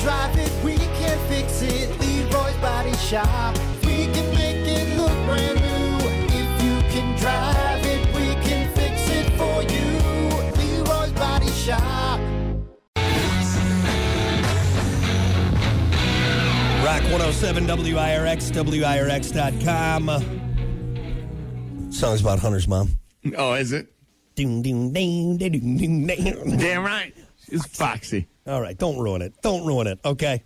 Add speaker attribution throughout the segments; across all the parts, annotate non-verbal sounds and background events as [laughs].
Speaker 1: drive it, we can fix it. Leroy's Body Shop. We can make it look brand new. If you can drive it, we can fix it for you. Leroy's Body Shop.
Speaker 2: Rock 107 WIRX, WIRX.com. Song's about Hunter's mom.
Speaker 3: Oh, is it?
Speaker 2: Ding, ding, ding, ding, ding, ding, ding.
Speaker 3: Damn right. It's Foxy.
Speaker 2: All right, don't ruin it. Don't ruin it. Okay.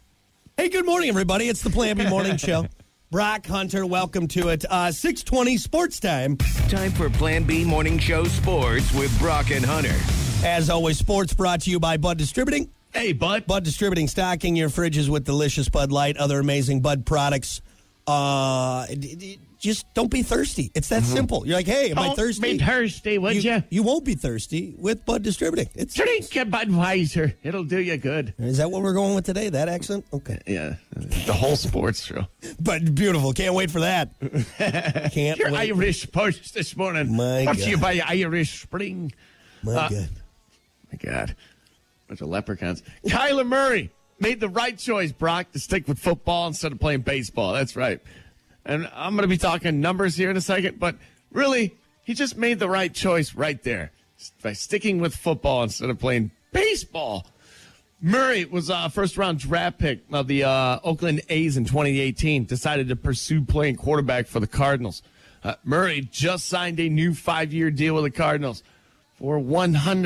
Speaker 2: Hey, good morning, everybody. It's the Plan B [laughs] Morning Show. Brock Hunter, welcome to it. Uh, 620 sports time.
Speaker 4: Time for Plan B Morning Show Sports with Brock and Hunter.
Speaker 2: As always, sports brought to you by Bud Distributing.
Speaker 3: Hey, bud.
Speaker 2: Bud Distributing, stocking your fridges with delicious Bud Light, other amazing Bud products. Uh, d- d- just don't be thirsty. It's that simple. You're like, hey, am I
Speaker 3: Don't
Speaker 2: thirsty?
Speaker 3: be thirsty, would
Speaker 2: you,
Speaker 3: ya?
Speaker 2: you won't be thirsty with Bud Distributing. It's
Speaker 3: Drink a Budweiser. It'll do you good.
Speaker 2: is that what we're going with today? That accent? Okay,
Speaker 3: Yeah. The whole sports show.
Speaker 2: but beautiful. Can't wait for that. [laughs] Can't
Speaker 3: Your
Speaker 2: wait.
Speaker 3: Irish sports this morning.
Speaker 2: My
Speaker 3: Brought
Speaker 2: God.
Speaker 3: to you by Irish Spring.
Speaker 2: My
Speaker 3: uh,
Speaker 2: God.
Speaker 3: My God. Bunch of leprechauns. Kyler Murray made the right choice, Brock, to stick with football instead of playing baseball. That's right. And I'm going to be talking numbers here in a second, but really, he just made the right choice right there s- by sticking with football instead of playing baseball. Murray was a first round draft pick of the uh, Oakland A's in 2018, decided to pursue playing quarterback for the Cardinals. Uh, Murray just signed a new five year deal with the Cardinals for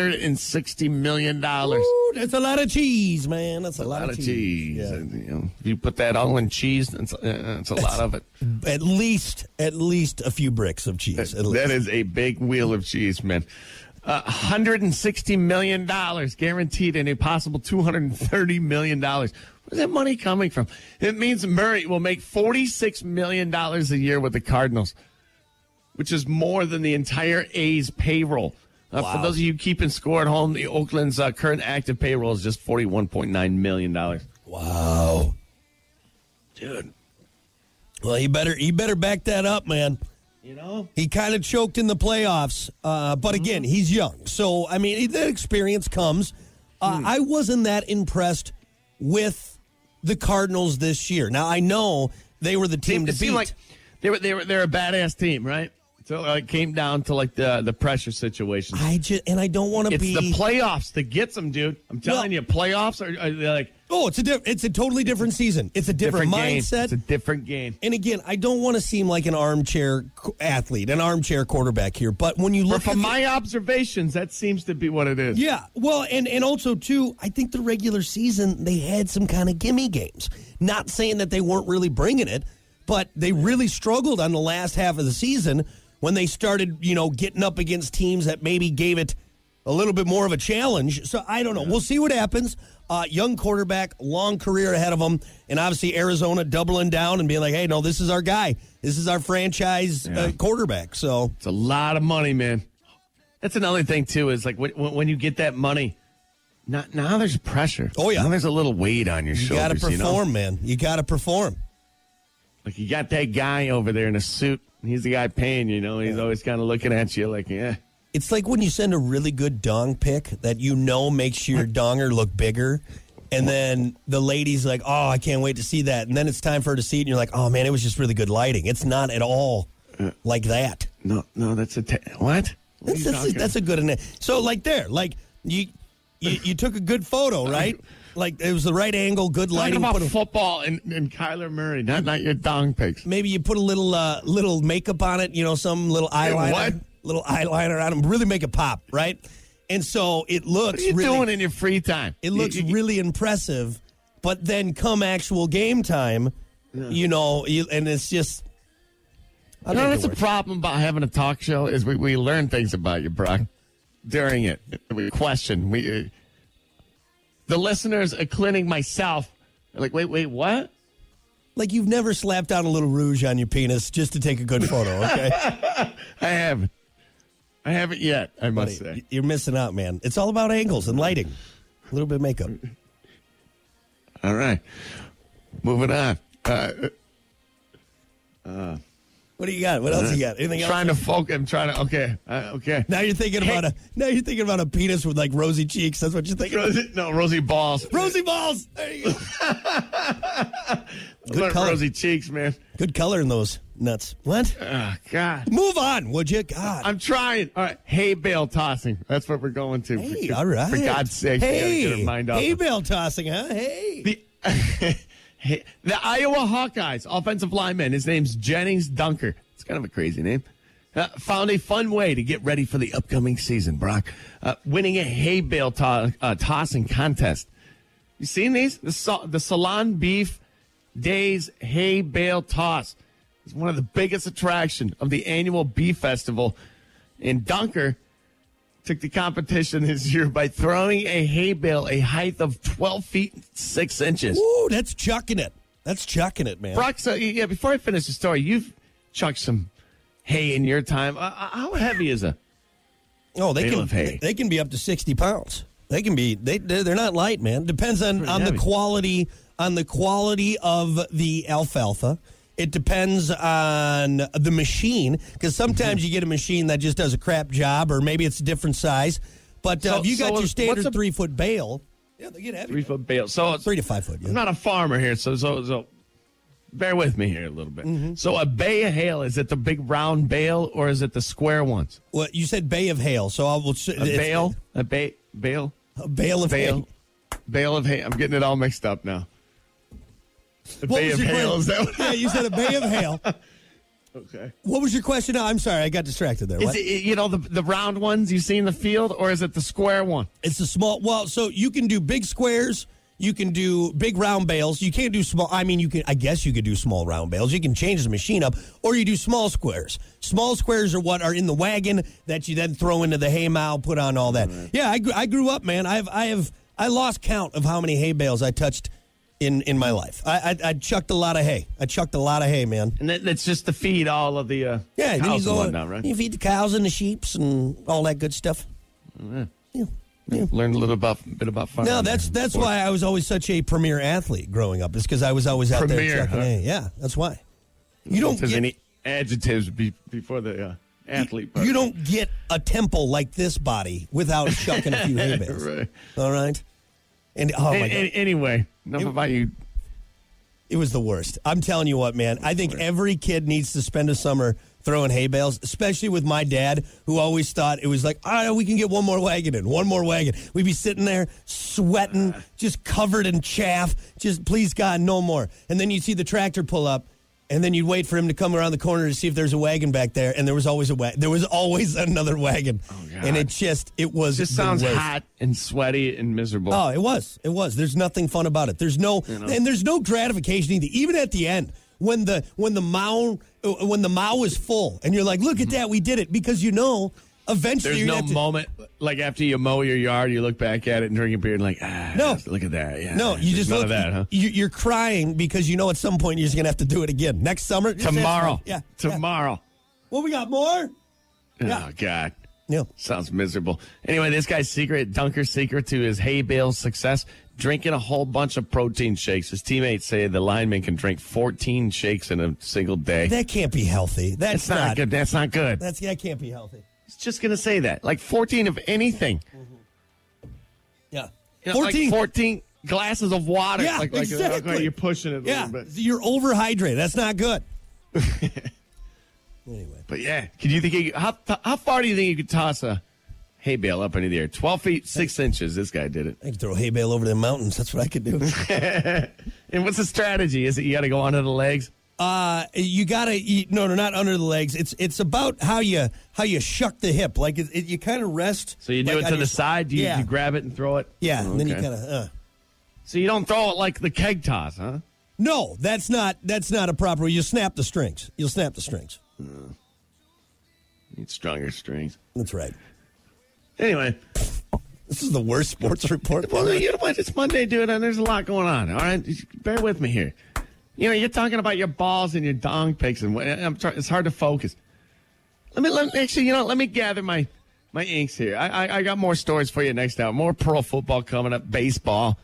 Speaker 3: $160 million.
Speaker 2: Ooh, that's a lot of cheese, man. That's a, lot,
Speaker 3: lot of cheese.
Speaker 2: Yeah.
Speaker 3: And, you know, if you put that all in cheese, that's, uh, that's a
Speaker 2: [laughs]
Speaker 3: lot of it.
Speaker 2: At least, at least a few bricks of cheese. At least.
Speaker 3: That is a big wheel of cheese, man. Uh, $160 million guaranteed and a possible $230 million. Where's that money coming from? It means Murray will make $46 million a year with the Cardinals, which is more than the entire A's payroll. Uh,
Speaker 2: Wow.
Speaker 3: For those of you keeping score at home, the Oakland's uh, current active payroll is just $41.9 million.
Speaker 2: Wow.
Speaker 3: Dude,
Speaker 2: Well, he better he better back that up, man.
Speaker 3: you know? Mm-hmm.
Speaker 2: He kind of choked in the playoffs, uh, but again, he's young. So, I mean, that experience comes. Uh,
Speaker 3: Hmm.
Speaker 2: I wasn't that impressed with the Cardinals this year. Now, I know they were the team
Speaker 3: It
Speaker 2: to beat.
Speaker 3: seemed like they were they were they're a badass team, right? So uh, it came down to like the the pressure situation.
Speaker 2: I just and I don't want to
Speaker 3: It's
Speaker 2: be.
Speaker 3: the playoffs that gets them, dude. I'm telling
Speaker 2: Well-
Speaker 3: you, playoffs are, are they're like
Speaker 2: oh, it's a diff- it's a totally different season. It's a different,
Speaker 3: different, game.
Speaker 2: mindset.
Speaker 3: It's a different game.
Speaker 2: and again, I don't want to seem like an armchair qu- athlete, an armchair quarterback here. But when you
Speaker 3: But
Speaker 2: look at
Speaker 3: from
Speaker 2: the-
Speaker 3: my observations, that seems to be what it is.
Speaker 2: Yeah, well, and and also too, I think the regular season they had some kind of gimme games. Not saying that they weren't really bringing it, but they really struggled on the last half of the season when they started, you know, getting up against teams that maybe gave it a little bit more of a challenge. So I don't know. We'll see what happens. Uh, young quarterback, long career ahead of him, and obviously Arizona doubling down and being like, "Hey, no, this is our guy. This is our franchise uh, quarterback." So
Speaker 3: It's a lot of money, man. That's another thing too. Is like when, when when you get that money, now, now there's pressure.
Speaker 2: Oh, yeah.
Speaker 3: now there's a little weight on your
Speaker 2: you
Speaker 3: shoulders.
Speaker 2: got to
Speaker 3: know?
Speaker 2: perform, man. You got to perform.
Speaker 3: Like you got that guy over there in a suit. and He's the guy paying, you know. He's always kind of looking at you like, yeah.
Speaker 2: It's like when you send a really good dong pic that you know makes your donger look bigger. And then the lady's like, oh, I can't wait to see that. And then it's time for her to see it. And you're like, oh, man, it was just really good lighting. It's not at all like that.
Speaker 3: No, no, that's a ta- what? What are
Speaker 2: That's,
Speaker 3: you
Speaker 2: that's, a,
Speaker 3: talking-
Speaker 2: that's a good. ana- So, like, there, like, you, you you took a good
Speaker 3: [laughs]
Speaker 2: photo, right? Like, it was the right angle, good
Speaker 3: talking
Speaker 2: lighting.
Speaker 3: about
Speaker 2: put a-
Speaker 3: football and, and Kyler Murray, not not your dong pics.
Speaker 2: maybe you put a little uh, little makeup on it, you know, some little eyeliner,
Speaker 3: what?
Speaker 2: little eyeliner on them, really make it pop, right? And so it looks
Speaker 3: What are you
Speaker 2: really
Speaker 3: doing in your free time?
Speaker 2: It looks
Speaker 3: You- you-
Speaker 2: really impressive, but then come actual game time, you know, you, and it's just. I
Speaker 3: You
Speaker 2: don't
Speaker 3: know,
Speaker 2: know
Speaker 3: that's
Speaker 2: the
Speaker 3: the
Speaker 2: word.
Speaker 3: problem about having a talk show is we, we learn things about you, Brock. During it, we question. We uh, the listeners, including myself, are like, wait, wait, what?
Speaker 2: like you've never slapped on a little rouge on your penis just to take a good photo.
Speaker 3: [laughs]
Speaker 2: Okay,
Speaker 3: I haven't, I haven't yet. I must
Speaker 2: Buddy,
Speaker 3: say.
Speaker 2: you're missing out, man. It's all about angles and lighting, a little bit of makeup.
Speaker 3: All right. Moving on. Uh, uh,
Speaker 2: What do you got? What else you got? Anything else?
Speaker 3: trying to focus. I'm trying to. Okay, uh, okay.
Speaker 2: Now you're thinking about a now you're thinking about a penis with like rosy cheeks. That's what you're thinking.
Speaker 3: Rosie, no, Rosie balls.
Speaker 2: Rosy balls. There you go.
Speaker 3: Look,
Speaker 2: color.
Speaker 3: Rosy cheeks, man.
Speaker 2: Good color in those nuts. What?
Speaker 3: Oh, God.
Speaker 2: Move on, would you? God.
Speaker 3: I'm trying. All right, hay bale tossing. That's what we're going to.
Speaker 2: hey,
Speaker 3: for,
Speaker 2: all right.
Speaker 3: For God's sake, we gotta
Speaker 2: hey,
Speaker 3: get our mind off
Speaker 2: hey,
Speaker 3: of-
Speaker 2: bell tossing, huh? Hey,
Speaker 3: the, [laughs] Hey, the Iowa Hawkeyes offensive lineman. His name's Jennings Dunker. It's kind of a crazy name. Uh, found a fun way to get ready for the upcoming season, Brock. Uh, winning a hay bale to- uh, tossing contest. You seen these? The, sa- the Salon Beef Days Hay Bale Toss is one of the biggest attraction of the annual beef festival. And Dunker took the competition this year by throwing a hay bale a height of 12 feet 6 inches.
Speaker 2: ooh, that's chucking it. That's chucking it, man.
Speaker 3: Brock, so, yeah, before I finish the story, you've chucked some hay in your time. Uh, uh, how heavy is it?
Speaker 2: Oh, they,
Speaker 3: They
Speaker 2: can
Speaker 3: love hay.
Speaker 2: they can be up to sixty pounds. They can be they they're they're not light, man. Depends on
Speaker 3: pretty
Speaker 2: on the
Speaker 3: heavy.
Speaker 2: quality on the quality of the alfalfa. It depends on the machine because
Speaker 3: Mm-hmm.
Speaker 2: sometimes you get a machine that just does a crap job, or maybe it's a different size. But uh,
Speaker 3: So-
Speaker 2: if you
Speaker 3: so
Speaker 2: got your
Speaker 3: what's
Speaker 2: standard
Speaker 3: a-
Speaker 2: three foot bale, yeah, they get heavy.
Speaker 3: Three foot bale. So it's
Speaker 2: Three to five foot. Yeah.
Speaker 3: I'm not a farmer here, so so so bear with me here a little bit.
Speaker 2: Mm-hmm.
Speaker 3: So a bay of hail, is it the big round bale or is it the square ones?
Speaker 2: well, you said bay of hail, so I will. s-
Speaker 3: A
Speaker 2: it's-
Speaker 3: bale? A bay bale?
Speaker 2: a bale of hail.
Speaker 3: Bale. Bale of hay. I'm getting it all mixed up now. The
Speaker 2: What
Speaker 3: bay
Speaker 2: was
Speaker 3: of
Speaker 2: your
Speaker 3: hail,
Speaker 2: que-
Speaker 3: is that what-
Speaker 2: yeah, you said a bay of
Speaker 3: [laughs]
Speaker 2: hail.
Speaker 3: Okay.
Speaker 2: What was your question? No, I'm sorry, I got distracted there.
Speaker 3: Is
Speaker 2: What?
Speaker 3: it you know the the round ones you see in the field or is it the square one?
Speaker 2: It's a small. Well, so you can do big squares. You can do big round bales. You can't do small. I mean, you can. I guess you could do small round bales. You can change the machine up, or you do small squares. Small squares are what are in the wagon that you then throw into the hay mow, put on all that. Yeah, I, gr- I grew up, man. I've I have I lost count of how many hay bales I touched in in my life. I I, I chucked a lot of hay. I chucked a lot of hay, man.
Speaker 3: And that, that's just to feed all of the uh,
Speaker 2: Yeah, then you
Speaker 3: cows
Speaker 2: go
Speaker 3: and whatnot, right?
Speaker 2: You feed the cows and the sheeps and all that good stuff. Yeah. yeah.
Speaker 3: Learned a little about, bit about farming.
Speaker 2: No, that's
Speaker 3: there.
Speaker 2: that's why I was always such a premier athlete growing up. It's because I was always out there
Speaker 3: Premier,
Speaker 2: chucking
Speaker 3: huh?
Speaker 2: hay. Yeah, that's why. You don't
Speaker 3: If
Speaker 2: get,
Speaker 3: there's any adjectives be, before the uh, athlete. part.
Speaker 2: you don't get a temple like this body without chucking a few hay bales.
Speaker 3: [laughs] Right.
Speaker 2: All right. And oh
Speaker 3: A-
Speaker 2: my god,
Speaker 3: a- anyway, enough about you.
Speaker 2: it was the worst. I'm telling you what, man. I think every kid needs to spend a summer throwing hay bales, especially with my dad, who always thought it was like, all right, we can get one more wagon in, one more wagon. We'd be sitting there sweating, just covered in chaff, just please God, no more. And then you'd see the tractor pull up. And then you'd wait for him to come around the corner to see if there's a wagon back there, and there was always a wa- there was always [laughs] another wagon,
Speaker 3: Oh, God.
Speaker 2: and it just it was
Speaker 3: Just
Speaker 2: the
Speaker 3: sounds
Speaker 2: worst.
Speaker 3: hot and sweaty and miserable.
Speaker 2: Oh, it was. It was. There's nothing fun about it. There's no and there's no gratification either. Even at the end, when the when the mound uh, when the mow is full, and you're like, look at that, we did it, because you know eventually
Speaker 3: There's
Speaker 2: you're
Speaker 3: no
Speaker 2: gonna have to-
Speaker 3: moment like after you mow your yard, you look back at it and drink a beer and like, ah,
Speaker 2: No.
Speaker 3: yes, look at that. Yeah,
Speaker 2: No, you
Speaker 3: there's
Speaker 2: just
Speaker 3: none
Speaker 2: look.
Speaker 3: of that, huh?
Speaker 2: you, you're crying because you know at some point you're just gonna have to do it again next summer. just have
Speaker 3: Tomorrow,
Speaker 2: fun. Yeah. yeah.
Speaker 3: tomorrow.
Speaker 2: Well, we got more.
Speaker 3: Oh God,
Speaker 2: No.
Speaker 3: sounds miserable. Anyway, this guy's secret, Dunker's secret to his hay bale success: drinking a whole bunch of protein shakes. His teammates say the lineman can drink 14 shakes in a single day.
Speaker 2: That can't be healthy. That's
Speaker 3: That's not, good. That's not good.
Speaker 2: That's that can't be healthy.
Speaker 3: It's just gonna say that. Like 14 of anything.
Speaker 2: Yeah.
Speaker 3: You know, like
Speaker 2: Fourteen.
Speaker 3: 14 glasses of water.
Speaker 2: Yeah,
Speaker 3: like, like
Speaker 2: exactly.
Speaker 3: okay, you're pushing it a
Speaker 2: yeah.
Speaker 3: little bit.
Speaker 2: You're overhydrated. That's not
Speaker 3: [laughs]
Speaker 2: good. anyway.
Speaker 3: But yeah, can you think you, how how far do you think you could toss a hay bale up into the air? 12 feet 6 inches. This guy did it.
Speaker 2: I could throw a hay bale over the mountains. That's what I could [laughs] do.
Speaker 3: And what's the strategy? Is it you got to go onto the legs?
Speaker 2: uh, you gotta eat. No, no, not under the legs. It's it's about how you how you shuck the hip. Like it, it, you kind of rest.
Speaker 3: So you do
Speaker 2: like,
Speaker 3: it
Speaker 2: on
Speaker 3: to the
Speaker 2: your-
Speaker 3: side. You,
Speaker 2: yeah,
Speaker 3: you grab it and throw it.
Speaker 2: yeah.
Speaker 3: Oh,
Speaker 2: And then you
Speaker 3: okay.
Speaker 2: kind of. Uh.
Speaker 3: So you don't throw it like the keg toss, huh?
Speaker 2: No, that's not that's not a proper. You snap the strings. You'll snap the strings.
Speaker 3: You need stronger strings.
Speaker 2: That's right.
Speaker 3: Anyway,
Speaker 2: This is the worst [laughs] sports report.
Speaker 3: Well, you know what? It's Monday, dude, and there's a lot going on. All right, Just bear with me here. You know, you're talking about your balls and your dong pics, and what- I'm try- it's hard to focus. Let me, let me actually, you know, let me gather my my inks here. I, I I got more stories for you next hour. More pro football coming up, baseball.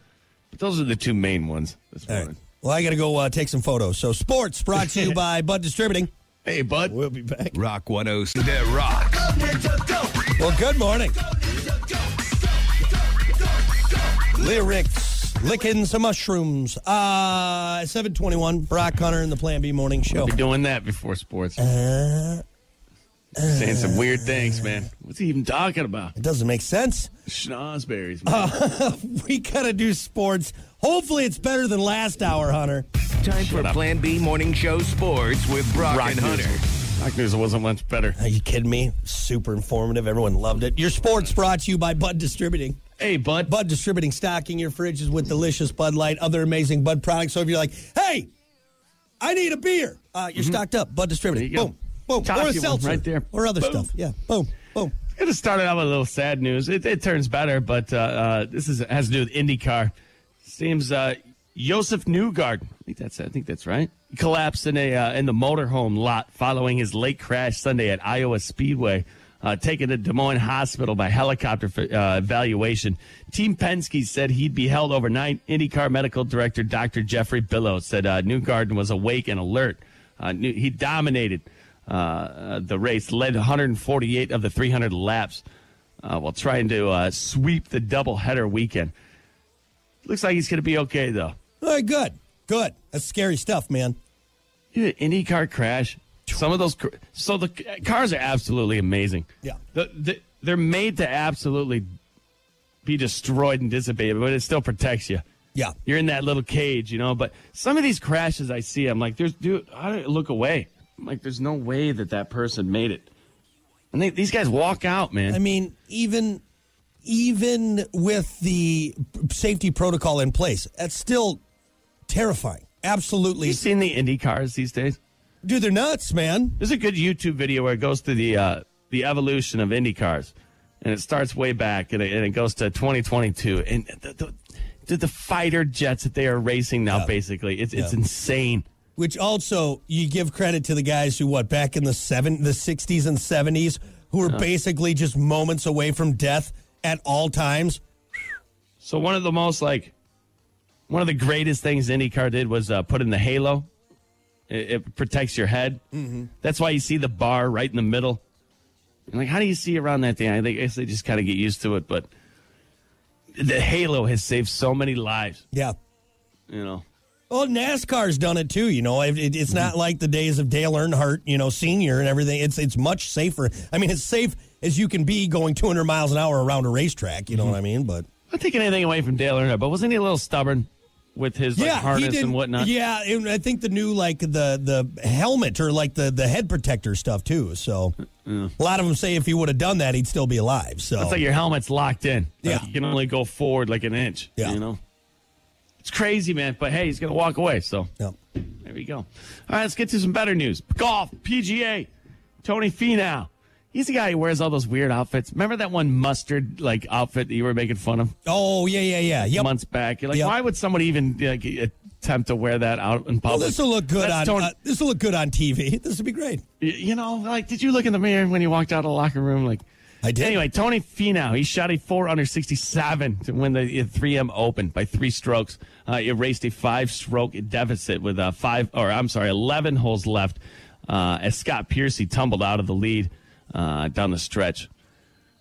Speaker 3: But those are the two main ones this
Speaker 2: All [laughs]
Speaker 3: morning.
Speaker 2: right. Well, I gotta go uh, take some photos. So sports brought to you by Bud Distributing.
Speaker 3: Hey, bud.
Speaker 2: We'll be back.
Speaker 4: Rock 106. That rocks.
Speaker 2: Well, good morning. Lyrics, licking some mushrooms. Uh, 721, Brock Hunter and the Plan B Morning Show.
Speaker 3: Be doing that before sports. Saying some weird things, man. What's he even talking about?
Speaker 2: It doesn't make sense. [laughs]
Speaker 3: Schnozberries, man.
Speaker 2: We gotta do sports. Hopefully, it's better than last hour, Hunter.
Speaker 4: Time for Plan B Morning Show Sports with Brock,
Speaker 3: Rock
Speaker 4: and
Speaker 3: news.
Speaker 4: Hunter.
Speaker 3: Rock news wasn't much better.
Speaker 2: Are you kidding me? Super informative. Everyone loved it. Your sports brought to you by Bud Distributing.
Speaker 3: Hey, bud.
Speaker 2: Bud Distributing stocking your fridges with delicious Bud Light, other amazing Bud products. So if you're like, hey, I need a beer, uh, you're stocked up. Bud Distributing.
Speaker 3: Mm-hmm. There you go.
Speaker 2: Boom. Boom.
Speaker 3: Toss
Speaker 2: or a
Speaker 3: you one
Speaker 2: seltzer.
Speaker 3: right there.
Speaker 2: Or other
Speaker 3: Boom.
Speaker 2: stuff. Yeah. Boom. Boom.
Speaker 3: Gonna start it out with a little sad news. It, it turns better, but uh, uh, this is has to do with IndyCar. Seems uh, Josef Newgarden, I think that's I think that's right. Collapsed in a uh, in the motorhome lot following his late crash Sunday at Iowa Speedway. Uh, taken to Des Moines Hospital by helicopter for uh, evaluation. Team Penske said he'd be held overnight. IndyCar medical director Dr. Jeffrey Billows said uh, Newgarden was awake and alert. Uh, New- he dominated uh, uh, the race, led 148 of the 300 laps uh, while trying to uh, sweep the doubleheader weekend. Looks like he's going to be okay, though.
Speaker 2: All right, good. Good. That's scary stuff, man.
Speaker 3: You had an IndyCar crash. Some of those, cr- so the c- cars are absolutely amazing.
Speaker 2: Yeah.
Speaker 3: the, the, they're made to absolutely be destroyed and dissipated, but it still protects you.
Speaker 2: Yeah.
Speaker 3: You're in that little cage, you know. But some of these crashes I see, I'm like, there's dude, I don't look away. I'm like, there's no way that that person made it. And they, these guys walk out, man.
Speaker 2: I mean, even even with the safety protocol in place, that's still terrifying. Absolutely.
Speaker 3: you seen the Indy cars these days?
Speaker 2: Dude, they're nuts, man.
Speaker 3: There's a good YouTube video where it goes through the uh, the evolution of Indy cars, and it starts way back and it, and it goes to 2022 and the, the, the, the fighter jets that they are racing now.
Speaker 2: Yeah.
Speaker 3: Basically, it's it's
Speaker 2: Yeah.
Speaker 3: insane.
Speaker 2: Which also you give credit to the guys who what back in the seven the sixties and seventies who were basically just moments away from death at all times.
Speaker 3: So one of the most like one of the greatest things IndyCar did was uh, put in the halo. It, it protects your head. Mm-hmm. That's why you see the bar right in the middle. And like, how do you see around that thing? I think- I guess they just kind of get used to it, but the halo has saved so many lives.
Speaker 2: Yeah.
Speaker 3: You know.
Speaker 2: Well, NASCAR's done it too. You know, it, it- it's not like the days of Dale Earnhardt, you know, senior and everything. It's it's much safer. I mean, as safe as you can be going 200 miles an hour around a racetrack. You know what I mean? But
Speaker 3: not taking anything away from Dale Earnhardt, but wasn't he a little stubborn with his like, harness and whatnot?
Speaker 2: Yeah, and I think the new like the the helmet or like the the head protector stuff too. So a lot of them say if he would have done that, he'd still be alive. So
Speaker 3: It's Mm. like your helmet's locked in. Like,
Speaker 2: Yeah.
Speaker 3: you can only go forward like an inch.
Speaker 2: Yeah.
Speaker 3: You know? It's crazy, man. But hey, he's gonna walk away, so
Speaker 2: No.
Speaker 3: There we go. All right, let's get to some better news. Golf, PGA, Tony Finau. He's the guy who wears all those weird outfits. Remember that one mustard like outfit that you were making fun of
Speaker 2: Oh yeah, yeah, yeah. Yep.
Speaker 3: months back? You're like,
Speaker 2: Yep.
Speaker 3: why would somebody even like, attempt to wear that out in
Speaker 2: Well,
Speaker 3: public?
Speaker 2: this will look good
Speaker 3: That's
Speaker 2: on
Speaker 3: Tony-
Speaker 2: uh, this will look good on TV. [laughs] This would be great.
Speaker 3: Y- you know, like, did you look in the mirror when you walked out of the locker room? Like,
Speaker 2: I did.
Speaker 3: Anyway, Tony Finau, he shot a four under 67 to win the uh, 3M Open by three strokes. Uh, erased a five-stroke deficit with uh, five, or I'm sorry, 11 holes left uh, as Scott Piercy tumbled out of the lead uh, down the stretch.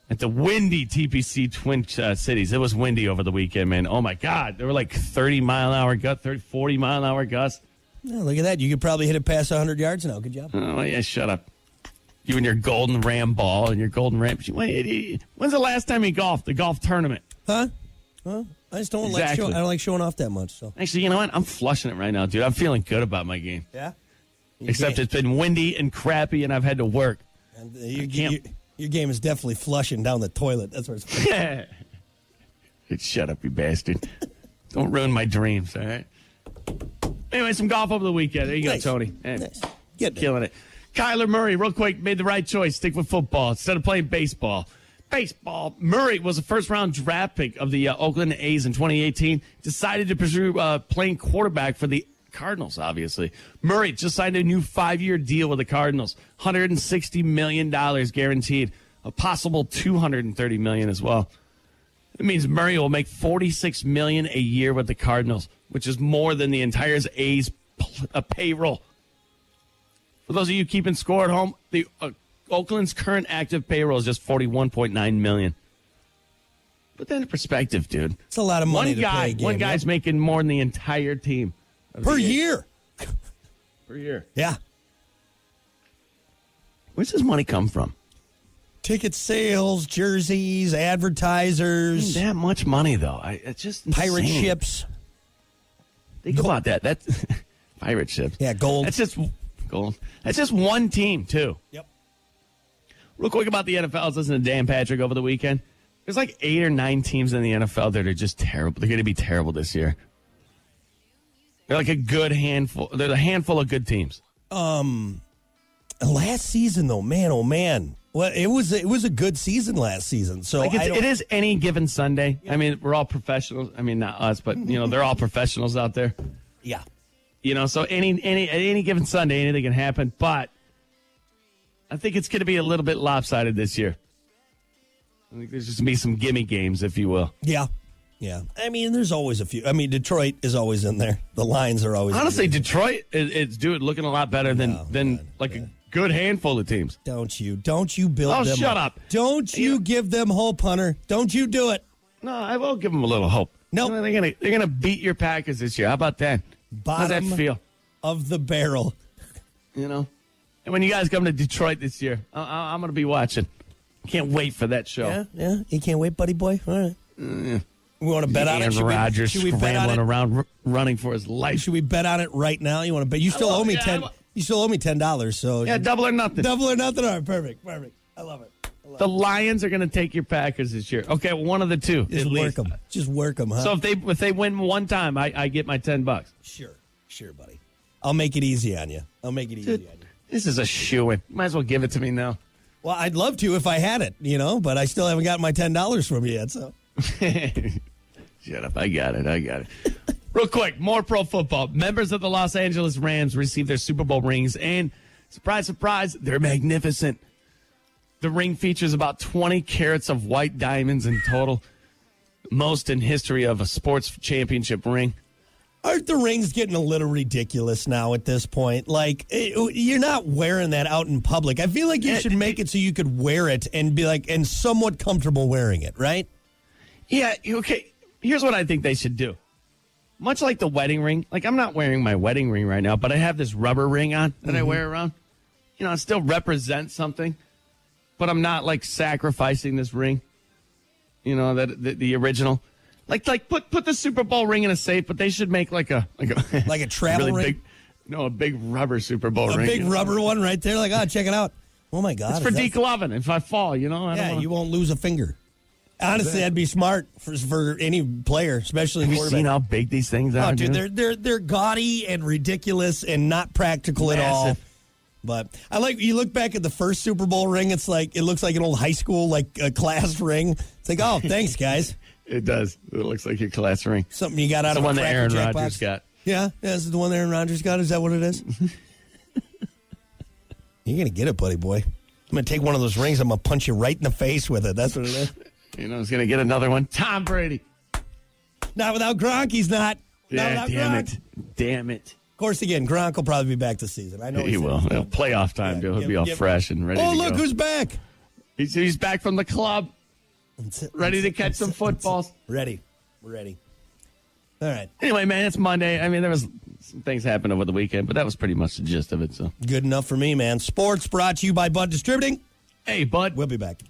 Speaker 3: At the windy TPC Twin uh, Cities, it was windy over the weekend, man. Oh my God, there were like 30 mile an hour gusts, 30, 40 mile an hour gusts.
Speaker 2: Yeah, look at that. You could probably hit it past 100 yards now. Good job.
Speaker 3: Oh yeah, shut up. You and your golden ram ball and your golden ram. Wait, When's the last time you golfed? The golf tournament.
Speaker 2: Huh? Well, I just don't like show,
Speaker 3: Exactly.
Speaker 2: I don't like showing off that much. So
Speaker 3: Actually, you know what? I'm flushing it right now, dude. I'm feeling good about my game.
Speaker 2: yeah.
Speaker 3: Except
Speaker 2: can't.
Speaker 3: it's been windy and crappy, and I've had to work. [laughs]
Speaker 2: And, uh, your,
Speaker 3: can't-
Speaker 2: your, your game is definitely flushing down the toilet. That's where it's. [laughs]
Speaker 3: Shut up, you bastard! Don't ruin my dreams. All right. Anyway, some golf over the weekend. There you
Speaker 2: Nice.
Speaker 3: go, Tony. Hey,
Speaker 2: Nice. Get there.
Speaker 3: Killing it. Kyler Murray, real quick, made the right choice. Stick with football instead of playing baseball. Baseball. Murray was a first round draft pick of the uh, Oakland A's in 2018. Decided to pursue uh, playing quarterback for the Cardinals, obviously. Murray just signed a new five year deal with the Cardinals $160 million guaranteed, a possible $230 million as well. It means Murray will make $46 million a year with the Cardinals, which is more than the entire A's pl- uh, payroll. For those of you keeping score at home, the uh, Oakland's current active payroll is just 41.9 million. Put that in perspective, dude.
Speaker 2: It's a lot of money
Speaker 3: One
Speaker 2: to
Speaker 3: guy,
Speaker 2: play a game,
Speaker 3: one guy's
Speaker 2: yep.
Speaker 3: making more than the entire team
Speaker 2: per year.
Speaker 3: per year.
Speaker 2: Yeah.
Speaker 3: Where's his money come from?
Speaker 2: Ticket sales, jerseys, advertisers,
Speaker 3: That much money, though. I, it's just Mm. insane.
Speaker 2: pirate ships.
Speaker 3: Think about that. That's [laughs] pirate ships.
Speaker 2: Yeah, gold.
Speaker 3: That's just gold. That's just one team too.
Speaker 2: Yep.
Speaker 3: Real quick about the NFL. I was listening to Dan Patrick over the weekend. There's like eight or nine teams in the NFL that are just terrible. They're going to be terrible this year. They're like a good handful. There's a handful of good teams.
Speaker 2: Um, Last season, though, man, oh man, well, it was it was a good season last season. So
Speaker 3: Like
Speaker 2: I
Speaker 3: it's,
Speaker 2: don't-
Speaker 3: it is any given Sunday. I mean, we're all professionals. I mean, not us, but you know, they're all professionals out there.
Speaker 2: yeah,
Speaker 3: You know, so any any at any given Sunday, anything can happen. But I think it's going to be a little bit lopsided this year. I think there's just going to be some gimme games, if you will.
Speaker 2: yeah, yeah. I mean, there's always a few. I mean, Detroit is always in there. The lines are always in
Speaker 3: Honestly,
Speaker 2: there.
Speaker 3: Detroit is, is dude looking a lot better than
Speaker 2: No,
Speaker 3: than
Speaker 2: God,
Speaker 3: like a good handful of teams.
Speaker 2: Don't you? Don't you build
Speaker 3: Oh,
Speaker 2: them?
Speaker 3: shut
Speaker 2: up.
Speaker 3: up.
Speaker 2: Don't you give them hope, Hunter? Don't you do it?
Speaker 3: No, I will give them a little hope.
Speaker 2: Nope.
Speaker 3: they're gonna they're gonna beat your Packers this year. How about that? How's that
Speaker 2: Bottom
Speaker 3: feel?
Speaker 2: of the barrel.
Speaker 3: You know, and when you guys come to Detroit this year, I, I, I'm gonna be watching. Can't wait for that show.
Speaker 2: Yeah, yeah. You can't wait, buddy boy. All right. We want to bet on it.
Speaker 3: Aaron
Speaker 2: Should we-
Speaker 3: Rodgers
Speaker 2: should we bet on
Speaker 3: scrambling
Speaker 2: it?
Speaker 3: around, r- running for his life.
Speaker 2: Should we bet on it right now? You want to bet? You still
Speaker 3: will-
Speaker 2: owe me
Speaker 3: yeah, I
Speaker 2: ten.
Speaker 3: will.
Speaker 2: You still owe me ten dollars. So
Speaker 3: Yeah, double or nothing.
Speaker 2: double or nothing. All right, perfect, perfect. I love it.
Speaker 3: The Lions are going to take your Packers this year. Okay, one of the two.
Speaker 2: Just
Speaker 3: at
Speaker 2: work
Speaker 3: least.
Speaker 2: them. Just work them, huh?
Speaker 3: So if they if they win one time, I, I get my ten bucks.
Speaker 2: sure, sure, buddy. I'll make it easy on you. I'll make it easy on you.
Speaker 3: This is a shoe in. Might as well give it to me now.
Speaker 2: Well, I'd love to if I had it, you know, but I still haven't gotten my ten dollars from you yet. So
Speaker 3: [laughs] Shut up. I got it. I got it. [laughs] Real quick, more pro football. Members of the Los Angeles Rams received their Super Bowl rings, and surprise, surprise, they're magnificent. The ring features about 20 carats of white diamonds in total, most in history of a sports championship ring.
Speaker 2: aren't the rings getting a little ridiculous now at this point? Like eh, you're not wearing that out in public. I feel like you
Speaker 3: Yeah,
Speaker 2: should
Speaker 3: it-
Speaker 2: make it so you could wear it and be like and somewhat comfortable wearing it, right?
Speaker 3: Yeah, okay. Here's what I think they should do. Much like the wedding ring, like I'm not wearing my wedding ring right now, but I have this rubber ring on that I wear around. You know, it still represents something, but I'm not like sacrificing this ring. You know, that the, the original. Like like put put the Super Bowl ring in a safe, but they should make like a like a [laughs]
Speaker 2: Like a travel
Speaker 3: really
Speaker 2: ring?
Speaker 3: Big, no, a big rubber Super Bowl
Speaker 2: A
Speaker 3: ring.
Speaker 2: big rubber one right there. Like, oh, check it out. Oh my God,
Speaker 3: It's
Speaker 2: is
Speaker 3: for
Speaker 2: that-
Speaker 3: decolovin. If I fall, you know, I don't
Speaker 2: Yeah,
Speaker 3: wanna-
Speaker 2: you won't lose a finger. Honestly, that'd be smart for, for any player, especially
Speaker 3: have you
Speaker 2: quarterback.
Speaker 3: seen how big these things are?
Speaker 2: Oh, dude, they're they're they're gaudy and ridiculous and not practical at all.
Speaker 3: Massive.
Speaker 2: But I like you look back at the first Super Bowl ring. It's like it looks like an old high school like uh, class ring. It's like, oh, thanks
Speaker 3: [laughs]
Speaker 2: guys,
Speaker 3: It does. It looks like your class ring.
Speaker 2: something you got out
Speaker 3: the
Speaker 2: of a
Speaker 3: one that
Speaker 2: Cracker
Speaker 3: Aaron
Speaker 2: Jack
Speaker 3: Rodgers
Speaker 2: box.
Speaker 3: got.
Speaker 2: Yeah, yeah, this is the one that Aaron Rodgers got. Is that what it
Speaker 3: [laughs]
Speaker 2: is? You're gonna get it, buddy boy. I'm gonna take one of those rings. I'm gonna punch you right in the face with it. That's what it is.
Speaker 3: You know, he's going to get another one. Tom Brady.
Speaker 2: [laughs] Not without Gronk, he's not.
Speaker 3: Yeah,
Speaker 2: not without
Speaker 3: damn
Speaker 2: Gronk.
Speaker 3: it. Damn it.
Speaker 2: Of course, again, Gronk will probably be back this season. I know
Speaker 3: He
Speaker 2: said
Speaker 3: will.
Speaker 2: he's
Speaker 3: It'll
Speaker 2: not.
Speaker 3: playoff time,
Speaker 2: Yeah,
Speaker 3: dude. He'll
Speaker 2: give-
Speaker 3: be all
Speaker 2: give-
Speaker 3: fresh and ready
Speaker 2: Oh,
Speaker 3: to
Speaker 2: look
Speaker 3: go.
Speaker 2: who's back!
Speaker 3: he's, he's back from the club,
Speaker 2: That's it.
Speaker 3: ready to
Speaker 2: That's it.
Speaker 3: catch some footballs.
Speaker 2: Ready, ready. All right,
Speaker 3: Anyway, man, it's Monday. I mean, there was some things happened over the weekend, but that was pretty much the gist of it. So,
Speaker 2: good enough for me, man. Sports brought to you by Bud Distributing.
Speaker 3: hey, bud.
Speaker 2: We'll be back.